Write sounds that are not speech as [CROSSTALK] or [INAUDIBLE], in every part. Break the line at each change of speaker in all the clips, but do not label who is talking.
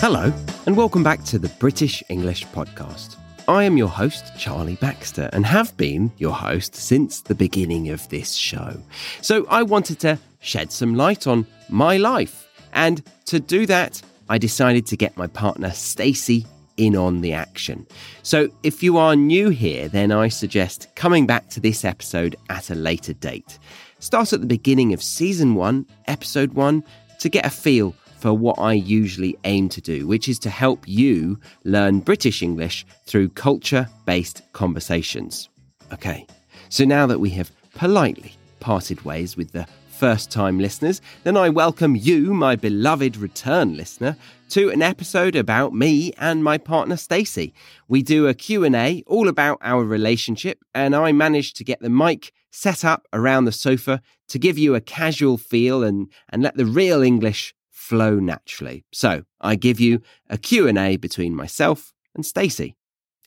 Hello, and welcome back to the British English Podcast. I am your host, Charlie Baxter, and have been your host since the beginning of this show. So I wanted to shed some light on my life. And to do that, I decided to get my partner, Stacey, in on the action. So if you are new here, then I suggest coming back to this episode at a later date. Start at the beginning of season one, episode one, to get a feel for what I usually aim to do, which is to help you learn British English through culture based conversations. Okay, so now that we have politely parted ways with the first time listeners, then I welcome you, my beloved return listener, to an episode about me and my partner Stacey. We do a Q&A all about our relationship and I managed to get the mic set up around the sofa to give you a casual feel and and let the real English flow naturally. So, I give you a Q&A between myself and Stacey.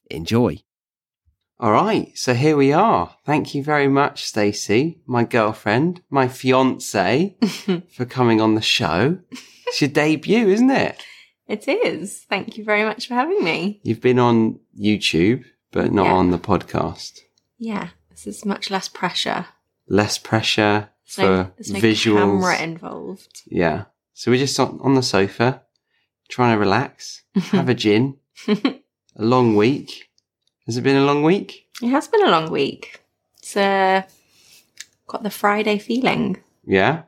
Enjoy. All right, so here we are. Thank you very much, Stacey, my girlfriend, my
[LAUGHS]
fiance, for coming on the show. It's your debut, isn't it?
It is. Thank you very much for having me.
You've been on YouTube, but not
Yeah.
on the podcast.
Yeah, this is much less pressure.
Less pressure
There's
for
no, there's no
visuals.
camera involved.
yeah. So we're just on, on the sofa, trying to
[LAUGHS]
relax, have a gin.
it
A long week. Has it been a long week?
has been a long week. It's uh, got the Friday feeling.
Yeah.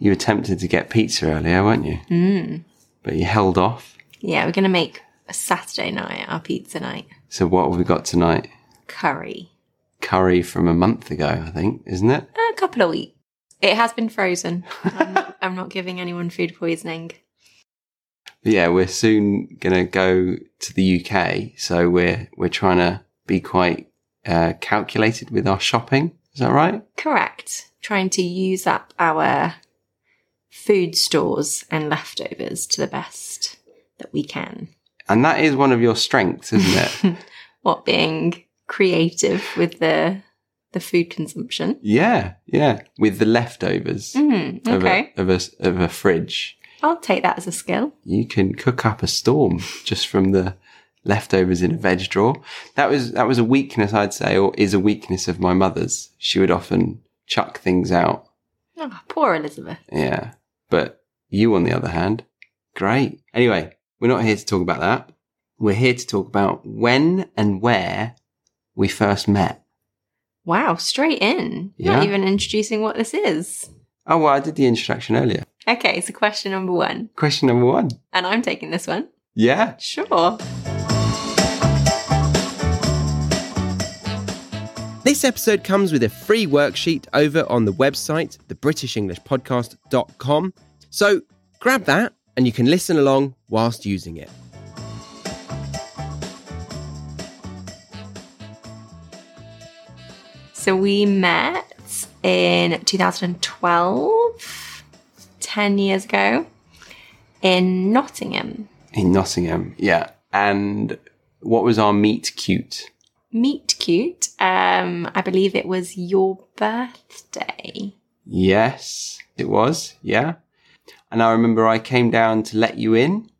You were tempted to get pizza earlier, weren't you?
Mm.
But you held off.
Yeah, we're going to make a Saturday night our pizza night.
So what have we got tonight?
Curry.
curry from a month ago, I think, isn't it?
A couple of weeks. It has been frozen.
[LAUGHS]
I'm not, I'm not giving anyone food poisoning.
But yeah, we're soon gonna go to the UK, so we're we're trying to be quite uh, calculated with our shopping. Is that right?
Correct. Trying to use up our food stores and leftovers to the best that we can.
And that is one of your strengths, isn't
[LAUGHS]
it?
What being creative with the the food consumption.
yeah, yeah. With the leftovers
Mm,
of,
okay.
a, of a of a fridge,
I'll take that as a skill.
you can cook up a storm just from the leftovers in a veg drawer. That was that was a weakness, I'd say, or is a weakness of my mother's. She would often chuck things out
Oh, poor Elizabeth.
Yeah. But you, on the other hand, great. Anyway, we're not here to talk about that. We're here to talk about when and where we first met.
Wow, straight in.
Yeah.
Not even introducing what this is.
Oh, well, I did the introduction earlier.
Okay, so question number one.
Question number one.
And I'm taking this one.
Yeah.
Sure.
This episode comes with a free worksheet over on the website, thebrishishenglishpodcast.com. So grab that and you can listen along whilst using it.
So we met in 2012, 10 years ago, in Nottingham.
In Nottingham. Yeah. And what was our meet cute?
Meet cute. Um, I believe it was your birthday.
Yes, it was. Yeah. And I remember I came down to let you in.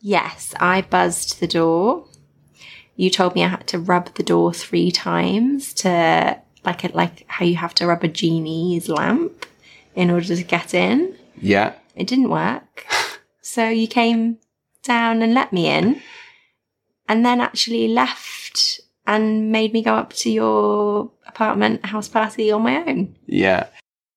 Yes, I buzzed the door. You told me I had to rub the door three times to like it, like how you have to rub a genie's lamp in order to get in.
Yeah.
It
[LAUGHS]
didn't work. So you came down and let me in, and then actually left and made me go up to your apartment house party on my own.
Yeah.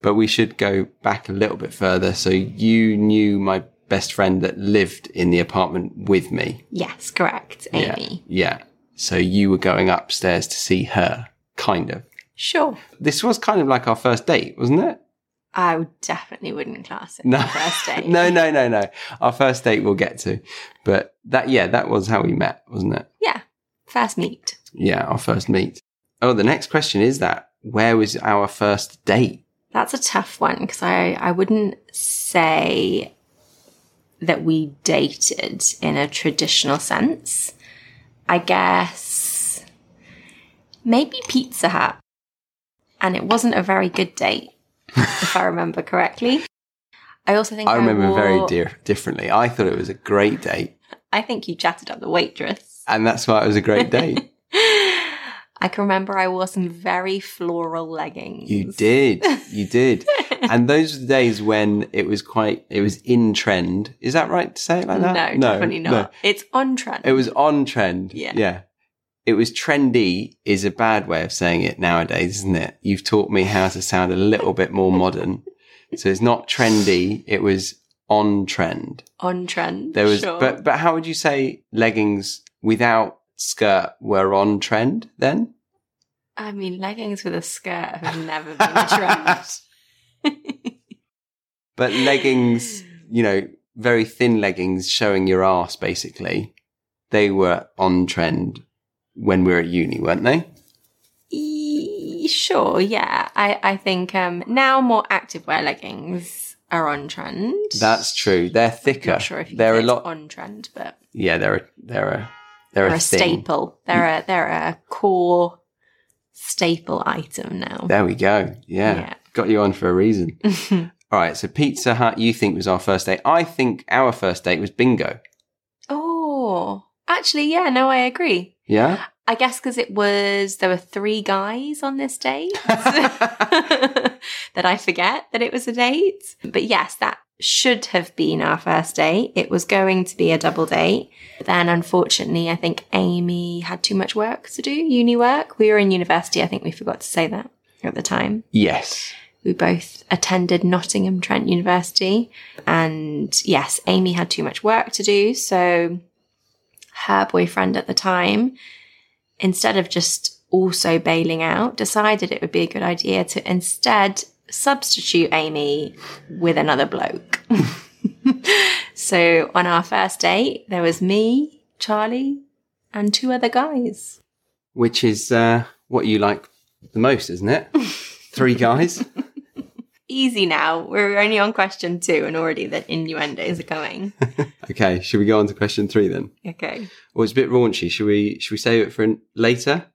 But we should go back a little bit further. So you knew my best friend that lived in the apartment with me.
Yes, correct,
Yeah.
Amy.
Yeah. So you were going upstairs to see her, kind of.
Sure.
This was kind of like our first date, wasn't it?
I would definitely wouldn't class it
No.
the first
[LAUGHS]
date.
no, no, no, no. Our first date we'll get to. But that, yeah, that was how we met, wasn't it?
Yeah. First meet.
Yeah, our first meet. Oh, the next question is that where was our first date?
That's a tough one because I, I wouldn't say that we dated in a traditional sense. I guess maybe Pizza Hut. And it wasn't a very good date, if I remember correctly. I also think
I remember
wore,
very dear, differently. I thought it was a great date,
I think you chatted up the waitress.
and that's why it was a
[LAUGHS]
great date.
I can remember I wore some very floral leggings.
you did, you
[LAUGHS]
did, and those were the days when it was quite, it was in trend. Is that right to say it like
No,
that?
definitely
no.
not. It's on trend.
It was on trend.
Yeah.
yeah. It was trendy is a bad way of saying it nowadays, isn't it? You've taught me how to sound a little bit more modern. So it's not trendy. It was on trend.
on trend.
There was,
sure.
but but how would you say leggings without skirt were on trend then?
I mean, leggings with a skirt have never been [LAUGHS] a trend.
but
[SIGHS]
leggings, you know, very thin leggings showing your ass basically, they were on trend when we were at uni, weren't they?
E- sure, yeah. I, I think um, now more activewear leggings are on trend.
That's true. They're thicker.
not sure if you
they're
can
a
say it's
lot.
on trend, but
yeah, they're a, they're a they're,
they're
a,
a
thing.
staple. They're a they're a core staple item now.
There we go. Yeah.
Yeah.
got you on for a reason. All right. So Pizza Hut, you think was our first date? I think our first date was bingo.
[LAUGHS] oh, actually, yeah. No, I agree.
Yeah.
[GASPS] I guess because it was there were three guys on this date [LAUGHS] that I forget that it was a date. But yes, that should have been our first date. It was going to be a double date. But then unfortunately, I think Amy had too much work to do, uni work. We were in university, I think we forgot to say that at the time.
Yes.
We both attended Nottingham Trent University. And yes, Amy had too much work to do. So her boyfriend at the time, instead of just also bailing out, decided it would be a good idea to instead substitute Amy with another bloke. [LAUGHS] so on our first date, there was me, Charlie, and two other guys.
Which is uh, what you like the most, isn't it? Three guys.
Easy now. We're only on question two, and already the innuendos are going. [LAUGHS]
Okay. Should we go on to question three then?
Okay.
Well, it's a bit raunchy. Should we? Should we save it for an- later?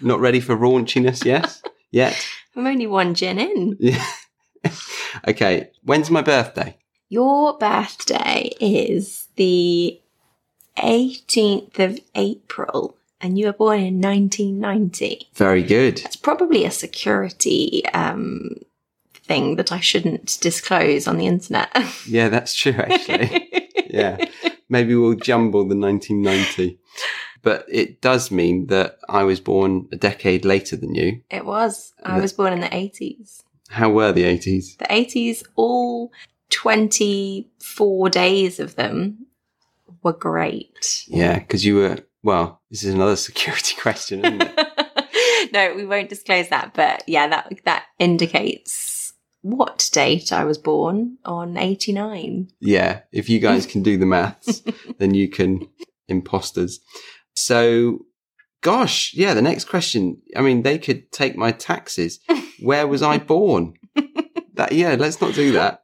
Not ready for raunchiness? Yes. Yet.
I'm only one gin in.
Yeah. okay. When's my birthday?
Your birthday is the 18th of April, and you were born in 1990.
Very good.
It's probably a security um, thing that I shouldn't disclose on the internet. [LAUGHS]
Yeah, that's true, actually. yeah. Maybe we'll jumble the 1990. But it does mean that I was born a decade later than you.
it was. I was born in the 80s.
How were the 80s?
The 80s, all 24 days of them were great.
Yeah, because you were, well, this is another security [LAUGHS] question, isn't it?
[LAUGHS] no, we won't disclose that, but yeah, that that indicates what date I was born on 89.
yeah, if you guys can do the maths, then you can imposters. So, gosh, yeah, the next question. I mean, they could take my taxes. Where was I born? That yeah, let's not do that.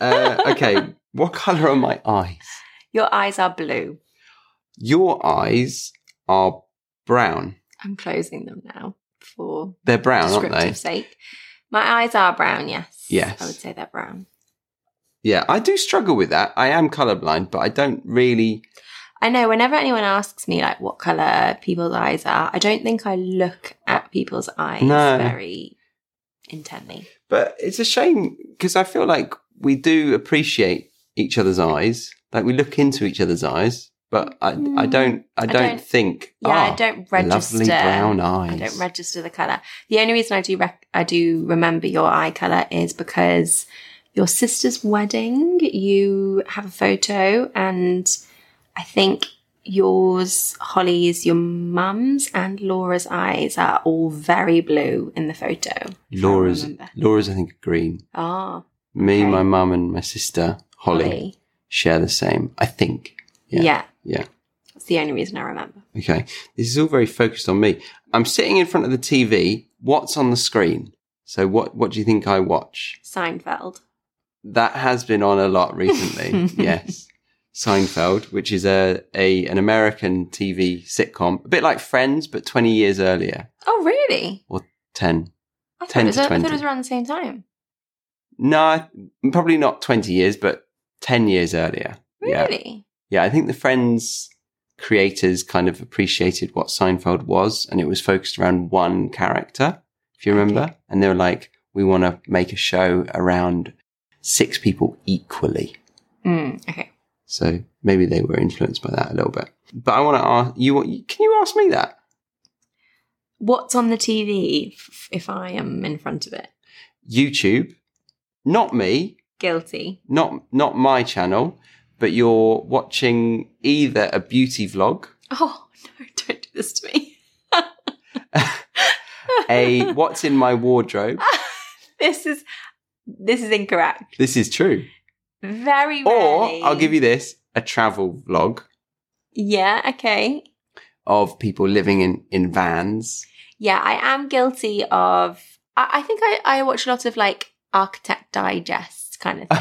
Uh, okay, what color are my eyes?
Your eyes are blue.
Your eyes are brown.
I'm closing them now for
They're brown, aren't they?
descriptive sake. My eyes are brown, yes.
Yes.
I would say they're brown.
Yeah, I do struggle with that. I am colorblind, but I don't really.
I know whenever anyone asks me like what colour people's eyes are, I don't think I look at people's eyes
No.
very intently.
But it's a shame because I feel like we do appreciate each other's eyes. Like we look into each other's eyes, but I, I don't. I don't,
Hmm. don't-
think.
Yeah,
"Ah,
I don't register.
Lovely brown eyes.
I don't register the color. The only reason I do rec- I do remember your eye color is because your sister's wedding. You have a photo, and I think yours, Holly's, your mum's, and Laura's eyes are all very blue in the photo. if I
Laura's.
remember.
Laura's, I think, are green.
Ah,
Me,
Okay.
my mum, and my sister Holly,
Holly.
share the same. I think.
Yeah.
Yeah.
that's the only reason I remember.
Okay. This is all very focused on me. I'm sitting in front of the TV. What's on the screen? So what what do you think I watch?
Seinfeld.
That has been on a lot recently. yes. Seinfeld, which is a, a an American TV sitcom, a bit like Friends but 20 years earlier
Oh, really?
or 10.
I thought,
10
it was,
to
I thought
20.
it was around the same time.
No, probably not 20 years, but 10 years earlier. Yeah.
Really?
Yeah, I think the Friends creators kind of appreciated what Seinfeld was, and it was focused around one character, if you remember. And they were like, we want to make a show around six people equally.
Mm, okay.
So maybe they were influenced by that a little bit. But I want to ask you, can you ask me that?
What's on the TV f- if I am in front of it?
YouTube, not me,
Guilty.
not not my channel, but you're watching either a beauty vlog,
Oh no! [LAUGHS] Don't do this to me.
a what's in my wardrobe.
This is this is incorrect.
This is true.
Very rarely.
Or I'll give you this, a travel vlog
Yeah. Okay.
of people living in in vans.
Yeah, I am guilty of. I, I think I, I watch a lot of like Architect Digest
[LAUGHS]
kind of thing.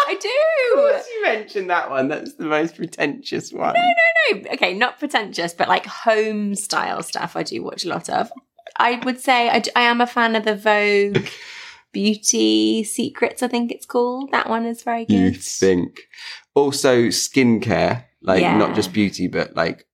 I do.
you mentioned that one. That's the most pretentious one.
No, okay, not pretentious, but like home style stuff. I do watch a lot of. I would say I, d- I am a fan of the Vogue Beauty Secrets. I think it's called. That one is very
You
good.
think. Also skincare, like
Yeah.
not just beauty, but like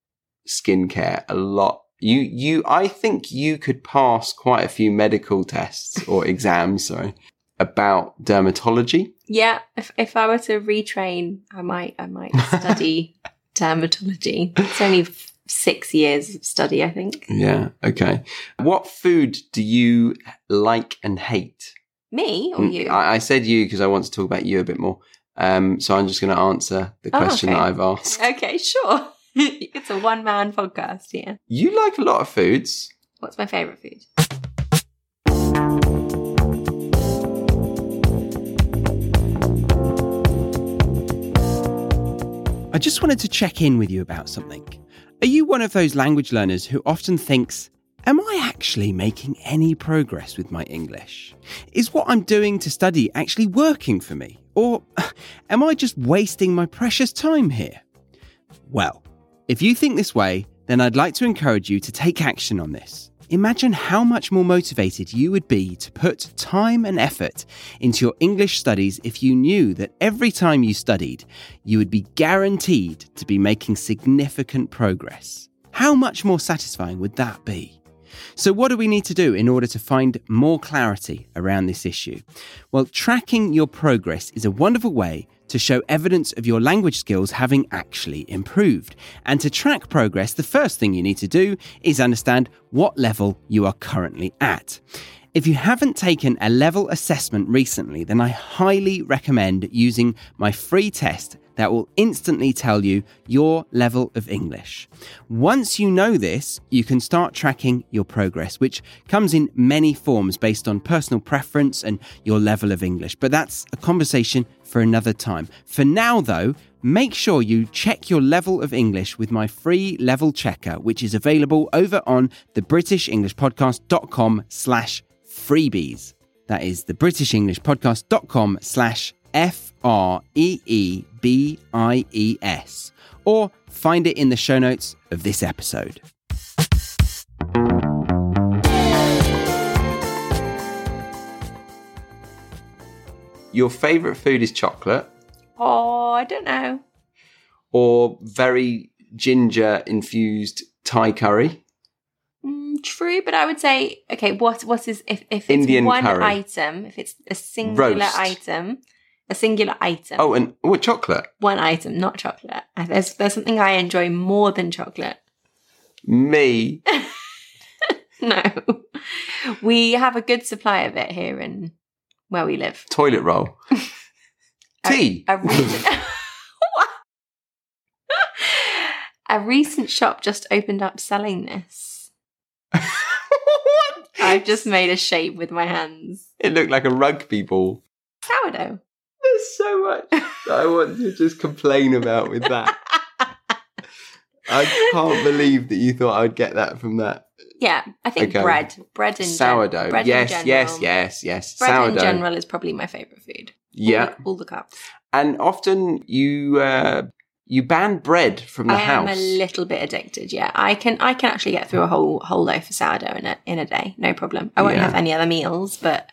skincare. A lot. You you I think you could pass quite a few medical tests
[LAUGHS]
or exams, sorry, about dermatology.
Yeah, if if I were to retrain, I might I
[LAUGHS]
might study dermatology. It's only f- six years of study, I think.
Yeah, okay. What food do you like and hate?
Me or
Mm,
Oh, you?
I, I said you because I want to talk about you a bit more. Um, so I'm just going to answer the
Oh,
question
okay.
that I've asked.
Okay, sure. [LAUGHS] it's a one man podcast, yeah.
You like a lot of foods.
What's my favourite food?
I just wanted to check in with you about something. Are you one of those language learners who often thinks, Am I actually making any progress with my English? Is what I'm doing to study actually working for me? Or [SIGHS] am I just wasting my precious time here? Well, if you think this way, then I'd like to encourage you to take action on this. Imagine how much more motivated you would be to put time and effort into your English studies if you knew that every time you studied, you would be guaranteed to be making significant progress. How much more satisfying would that be? So, what do we need to do in order to find more clarity around this issue? Well, tracking your progress is a wonderful way to show evidence of your language skills having actually improved. And to track progress, the first thing you need to do is understand what level you are currently at. If you haven't taken a level assessment recently, then I highly recommend using my free test that will instantly tell you your level of English. Once you know this, you can start tracking your progress, which comes in many forms based on personal preference and your level of English. But that's a conversation for another time. For now, though, make sure you check your level of English with my free level checker, which is available over on the britishenglishpodcast.com slash freebies. That is the britishenglishpodcast.com slash F R E E B I E S, or find it in the show notes of this episode.
Your favorite food is chocolate
Oh, I don't know.
or very ginger infused Thai curry.
Mm, true, but I would say okay. What what is if if it's
Indian
one
curry.
item? If it's a singular
Roast.
item, a singular item.
Oh, and oh, chocolate.
one item, not chocolate. Uh, There's there's something I enjoy more than chocolate. [LAUGHS]
Me.
No, we have a good supply of it here in where we live.
toilet
[LAUGHS]
roll. Tea. [LAUGHS]
A recent, [LAUGHS] What? a recent shop just opened up selling this.
what?
I've just made a shape with my hands.
It looked like a rugby ball.
Sourdough.
There's so much that I want to just complain about with that. I can't believe that you thought I'd get that from that.
Yeah, I think
Okay.
bread, bread and
sourdough.
bread in
yes,
general.
yes, yes, yes.
Bread
sourdough.
in general is probably my favorite food. All
Yeah.
the- all the cups.
And often you uh, you ban bread from the
I
house.
am a little bit addicted. Yeah, I can I can actually get through a whole whole loaf of sourdough in a in a day, no problem. I won't
Yeah.
have any other meals, but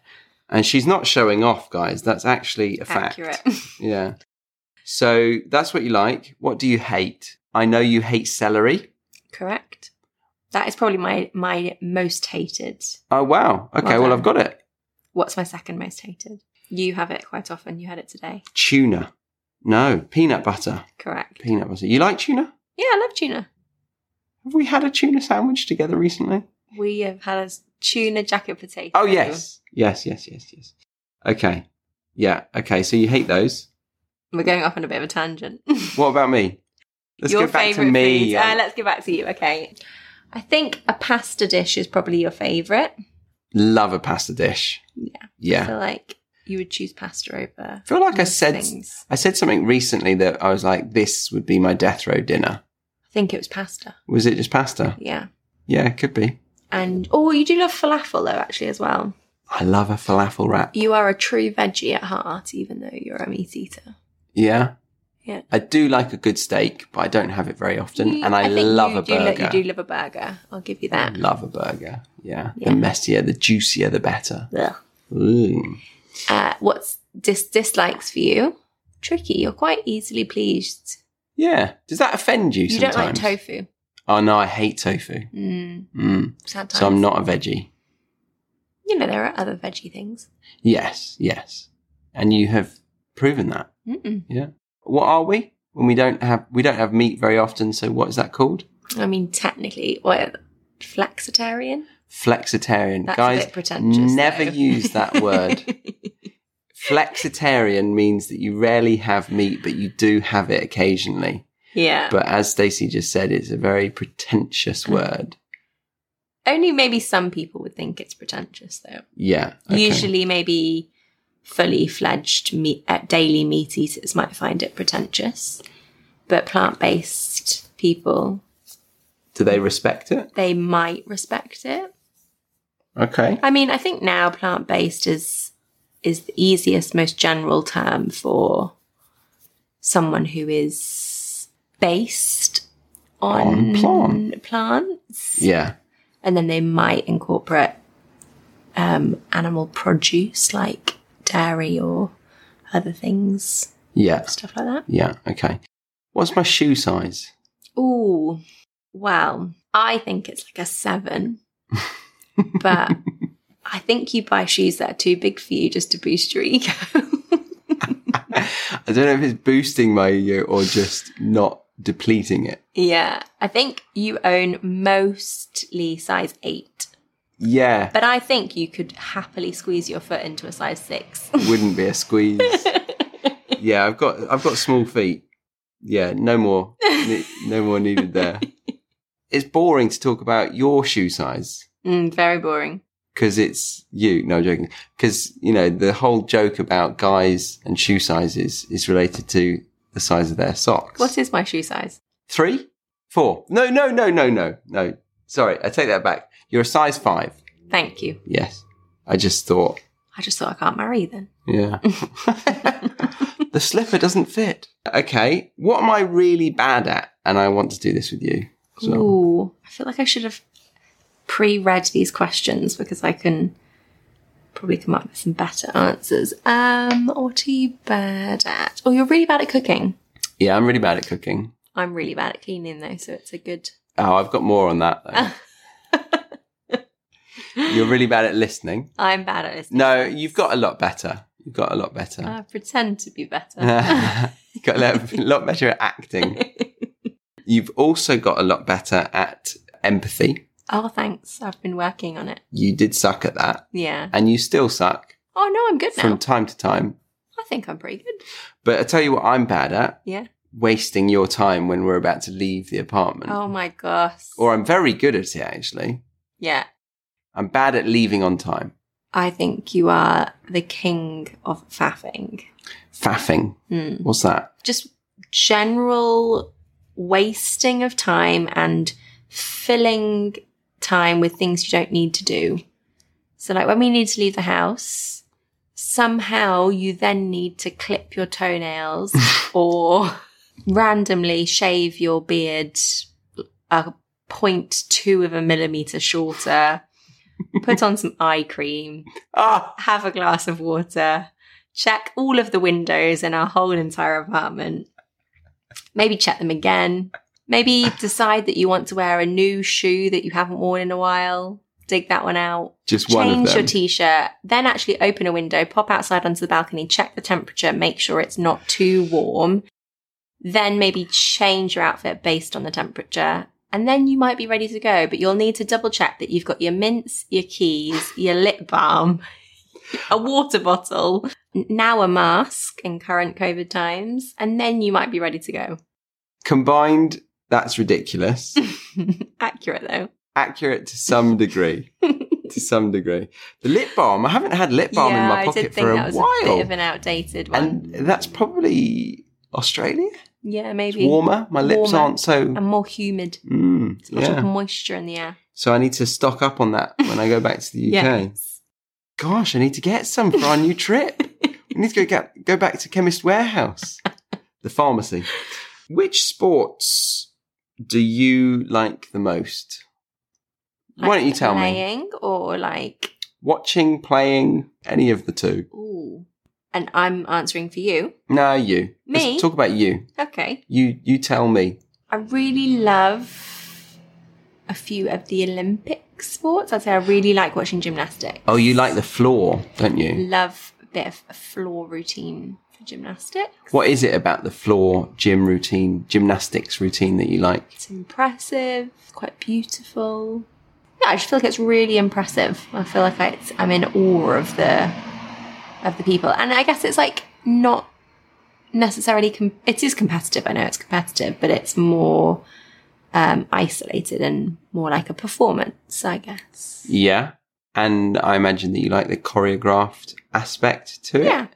And she's not showing off, guys. That's actually a fact.
Accurate. [LAUGHS]
Yeah. So that's what you like. What do you hate? I know you hate celery.
Correct. That is probably my my most hated.
Oh, wow. Okay,
Well
well,
done.
I've got it.
What's my second most hated? You have it quite often. You had it today.
Tuna. No, peanut butter.
Correct.
Peanut butter. You like tuna?
Yeah, I love tuna.
Have we had a tuna sandwich together recently?
We have had a s- tuna jacket potato.
Oh, yes. Yes, yes, yes, yes. Okay. Yeah. Okay. So you hate those.
We're going off on a bit of a tangent. [LAUGHS]
What about me? Let's
your
go back to
favourite
me. um.
foods. Uh, let's go back to you. Okay. I think a pasta dish is probably your favourite.
Love a pasta dish.
Yeah. I
Yeah.
feel like you would choose pasta over.
I feel like I
most
said
things.
I said something recently that I was like, this would be my death row dinner.
I think it was pasta.
Was it just pasta?
Yeah.
Yeah, it could be.
And oh, you do love falafel though, actually, as well.
I love a falafel wrap.
You are a true veggie at heart, even though you're a meat eater.
Yeah.
Yeah.
I do like a good steak, but I don't have it very often.
You-
and I,
think
love
you
a
do lo-
burger. Mm.
you do love a burger. I'll give you that.
love a burger. Yeah.
Yeah.
The messier, the juicier, the better.
Ugh.
Mm.
Uh, what's dis- dislikes for you? Tricky. You're quite easily pleased.
Yeah. Does that offend you,
You
sometimes?
don't like tofu.
Oh, no, I hate tofu.
Mm,
Mm.
sad times.
So I'm not a veggie.
You know there are other veggie things.
Yes, yes. And you have proven that.
Mm-mm.
Yeah. What are we? When we don't have we don't have meat very often, so what is that called?
I mean, technically, what flexitarian?
Flexitarian.
That's
Guys,
a bit pretentious.
never
though.
use that
[LAUGHS]
word. Flexitarian means that you rarely have meat, but you do have it occasionally.
yeah.
But as Stacey just said, it's a very pretentious word.
Only maybe some people would think it's pretentious, though.
Yeah. okay.
Usually, maybe fully fledged meat, uh, daily meat eaters might find it pretentious, but plant based people
Do they respect it?
they might respect it.
Okay.
I mean, I think now plant based is is the easiest, most general term for someone who is based
On
on,
plant.
plants,
Yeah.
and then they might incorporate um, animal produce like dairy or other things,
Yeah.
stuff like that.
Yeah. Okay. What's my shoe size?
Ooh, well, I think it's like
[LAUGHS]
a seven, but I think you buy shoes that are too big for you just to boost your ego.
I don't know if it's boosting my ego or just not depleting it.
yeah, I think you own mostly size eight,
Yeah,
but I think you could happily squeeze your foot into a size six.
wouldn't be a squeeze. yeah, I've got I've got small feet. Yeah, no more, ne- no more needed there. It's boring to talk about your shoe size
[LAUGHS] mm, very boring.
because it's you. No I'm joking. Because you know the whole joke about guys and shoe sizes is related to the size of their socks.
What is my shoe size?
Three, four. No, no, no, no, no, no. Sorry, I take that back. You're a size five.
Thank you.
Yes. I just thought,
I just thought I can't marry you then. [LAUGHS]
yeah. the slipper doesn't fit. Okay. What am I really bad at? And I want to do this with you. So,
Ooh, I feel like I should have pre-read these questions because I can probably come up with some better answers. Um, what are you bad at? Oh, you're really bad at cooking.
yeah, I'm really bad at cooking.
I'm really bad at cleaning though, so it's a good.
Oh, I've got more on that though.
[LAUGHS]
You're really bad at listening.
I'm bad at listening.
No, you've got a lot better. You've got a lot better.
I pretend to
[LAUGHS]
be [LAUGHS] better.
you've got a lot- a lot better at
[LAUGHS]
acting. You've also got a lot better at empathy.
oh, thanks. I've been working on it.
You did suck at that,
Yeah.
and you still suck
Oh no, I'm good now.
from time to time.
I think I'm pretty good.
But I tell you what, I'm bad at
Yeah.
wasting your time when we're about to leave the apartment.
Oh my gosh.
Or I'm very good at it, actually.
yeah.
I'm bad at leaving on time.
I think you are the king of faffing.
Faffing.
Hmm.
What's that?
just general wasting of time and filling time with things you don't need to do. So, like when we need to leave the house, somehow you then need to clip your toenails or randomly shave your beard a point two of a millimeter shorter put on some eye cream,
Ah,
have a glass of water, check all of the windows in our whole entire apartment, maybe check them again, maybe decide that you want to wear a new shoe that you haven't worn in a while, dig that one out,
just one of
change
them.
your t shirt, then actually open a window, pop outside onto the balcony, check the temperature, make sure it's not too warm, then maybe change your outfit based on the temperature. And then you might be ready to go, but you'll need to double check that you've got your mints, your keys, your lip balm, a water bottle, n- now a mask in current COVID times, and then you might be ready to go. [LAUGHS]
Combined, that's ridiculous.
Accurate though.
Accurate to some degree. to some degree. The lip balm, I haven't had lip balm in my
I
pocket
did think
for a
that was
while.
a bit of an outdated one.
and that's probably Australia.
yeah,
It's
maybe.
warmer. My lips
Warmer.
aren't so.
and more humid.
Mm,
It's much
yeah.
moisture in the air.
So I need to stock up on that when I go back
[LAUGHS]
to the UK. Gosh, I need to get some for our new trip. we need to go get, go back to Chemist Warehouse, the pharmacy. Which sports do you like the most? [LAUGHS] Why don't you tell me?
playing or like,
Watching, playing, any of the two?
ooh. And I'm answering for you.
No, you.
Me?
Let's talk about you.
Okay.
You you tell me.
I really love a few of the Olympic sports. I'd say I really like watching gymnastics.
Oh, you like the floor, don't you?
Love a bit of a floor routine for gymnastics.
What is it about the floor gym routine, gymnastics routine that you like?
It's impressive, it's quite beautiful. Yeah, I just feel like it's really impressive. I feel like I, it's, I'm in awe of the of the people, and I guess it's like not necessarily. Com- it is competitive. I know it's competitive, but it's more um, isolated and more like a performance, I guess.
Yeah. And I imagine that you like the choreographed aspect to it.
Yeah.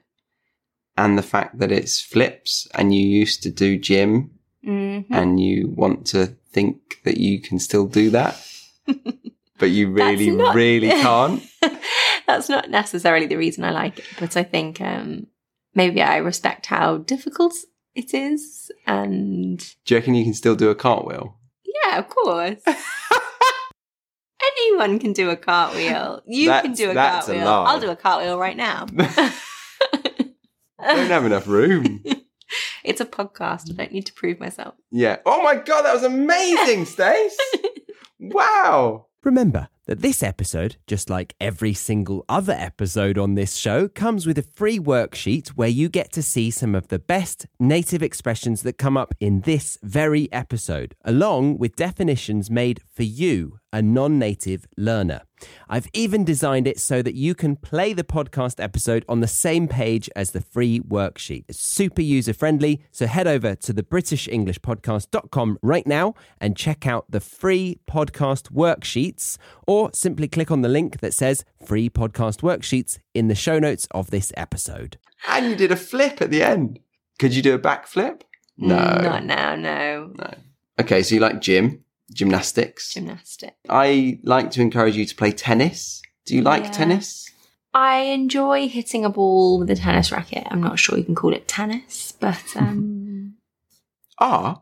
And the fact that it's flips and you used to do gym
Mhm.
and you want to think that you can still do
[LAUGHS]
that. but you really,
That's not-
really can't.
[LAUGHS] That's not necessarily the reason I like it, but I think um, maybe I respect how difficult it is, and
Do you reckon you can still do a cartwheel?
Yeah,
[LAUGHS]
of course. Anyone can do a cartwheel. You can
That's-
do a
that's a
cartwheel.
lie.
I'll do a cartwheel
[LAUGHS]
right now. [LAUGHS]
Don't have enough
[LAUGHS]
room.
it's a podcast. I don't need to prove myself.
Yeah. Oh my god, that was amazing, Stace. Wow.
Remember that this episode, just like every single other episode on this show, comes with a free worksheet where you get to see some of the best native expressions that come up in this very episode, along with definitions made for you, a non native learner. I've even designed it so that you can play the podcast episode on the same page as the free worksheet. It's super user friendly, so head over to the britishenglishpodcast.com right now and check out the free podcast worksheets or simply click on the link that says free podcast worksheets in the show notes of this episode.
And you did a flip at the end. Could you do a backflip? No.
Not now, no.
Okay, so you like gym, gymnastics.
Gymnastics.
I like to encourage you to play tennis. Do you like
Yeah.
tennis?
I enjoy hitting a ball with a tennis racket. I'm not sure you can call it tennis, but
[LAUGHS]
um,
Ah,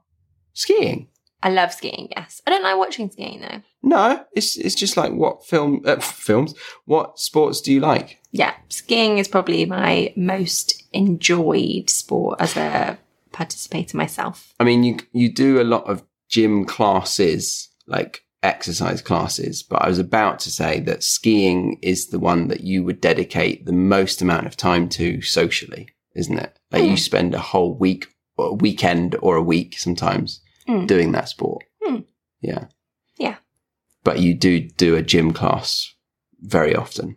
skiing.
I love skiing, yes. I don't like watching skiing, though.
No, it's it's just like what film uh, [LAUGHS] films? What sports do you like?
yeah, skiing is probably my most enjoyed sport as a participator myself.
I mean, you you do a lot of gym classes, like exercise classes. But I was about to say that skiing is the one that you would dedicate the most amount of time to socially, isn't it? Like you
Hmm.
spend a whole week, or a weekend, or a week sometimes
Hmm.
doing that sport.
Hmm.
Yeah,
Yeah.
But you do do a gym class very often.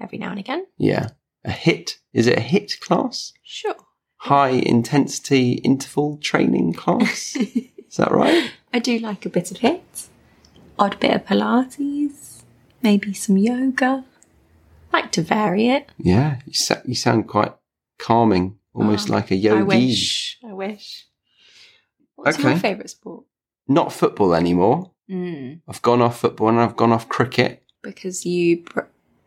Every now and again,
Yeah, a hit is it a hit class?
sure.
High intensity interval training
[LAUGHS]
class. Is that right?
I do like a bit of hit, odd bit of Pilates, maybe some yoga. Like to vary it.
Yeah, you, sa- you sound quite calming, almost
Oh,
like a
I
yogi.
wish. I wish. What's your
Okay.
favourite sport?
Not football anymore.
Mm,
I've gone off football and I've gone off cricket.
because you bro-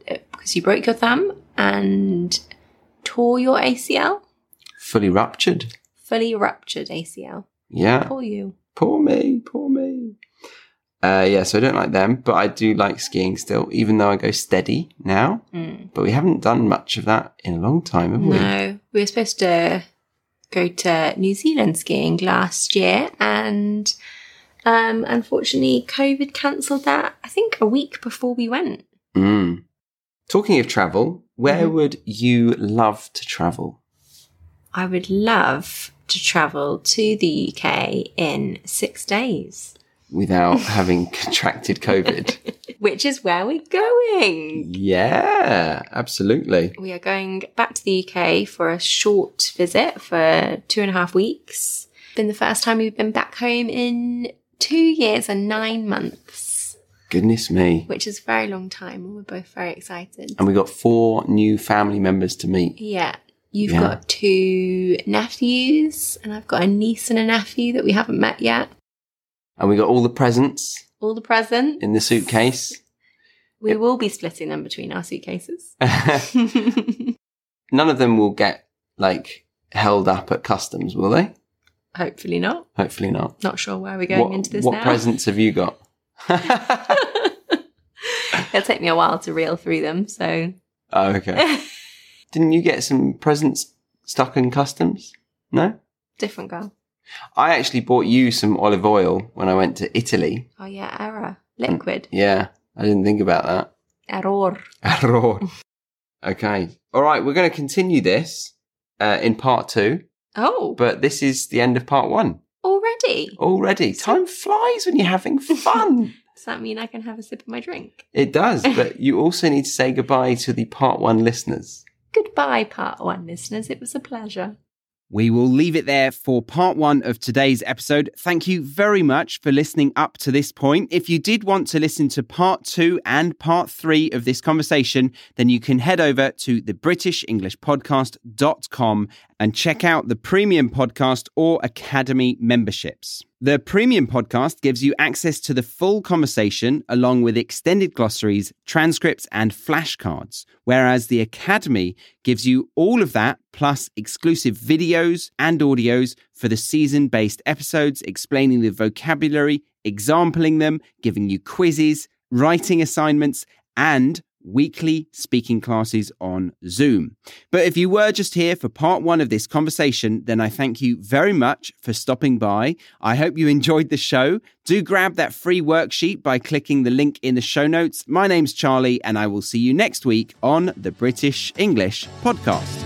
uh, because you broke your thumb and tore your ACL,
Fully ruptured.
fully ruptured ACL.
Yeah.
Poor you.
Poor me, poor me. Uh, yeah, so I don't like them, but I do like skiing still, even though I go steady now.
Mm.
But we haven't done much of that in a long time, have we?
No, we were supposed to go to New Zealand skiing last year, and um, unfortunately, COVID cancelled that. I think a week before we went.
Mm. Talking of travel, where
Mhm.
would you love to travel?
I would love to travel to the UK in six days,
without having contracted COVID.
which is where we're going.
yeah, absolutely.
We are going back to the UK for a short visit for two and a half weeks. Been the first time we've been back home in two years and nine months,
Goodness me.
which is a very long time, and we're both very excited.
And we got four new family members to meet.
Yeah. You've
Yeah.
got two nephews, and I've got a niece and a nephew that we haven't met yet.
And we got all the presents
All the presents.
in the suitcase. [LAUGHS]
We will be splitting them between our suitcases.
None of them will get like held up at customs, will they?
Hopefully not.
Hopefully not.
Not sure why we're going
what
into this
what
now.
presents have you got? [LAUGHS] oh,
[LAUGHS] It'll take me a while to reel through them, so [LAUGHS]
okay. Didn't you get some presents stuck in customs? No?
different girl.
I actually bought you some olive oil when I went to Italy.
Oh yeah, error.
Mm.
Liquid.
Yeah, I didn't think about that.
Error.
Error. okay. All right, we're going to continue this uh, in part two,
Oh,
but this is the end of part one
already.
already. Time flies when you're having fun.
Does that mean I can have a sip of my drink?
it does, but you also need to say goodbye to the part one listeners.
Goodbye, part one listeners. It was a pleasure.
We will leave it there for part one of today's episode. Thank you very much for listening up to this point. If you did want to listen to part two and part three of this conversation, then you can head over to the BritishEnglishPodcast.com and check out the premium podcast or academy memberships. The premium podcast gives you access to the full conversation along with extended glossaries, transcripts, and flashcards, whereas the academy gives you all of that plus exclusive videos and audios for the season based episodes, explaining the vocabulary, exampling them, giving you quizzes, writing assignments, and weekly speaking classes on Zoom. But if you were just here for part one of this conversation, then I thank you very much for stopping by. I hope you enjoyed the show. Do grab that free worksheet by clicking the link in the show notes. My name's Charlie, and I will see you next week on the British English Podcast.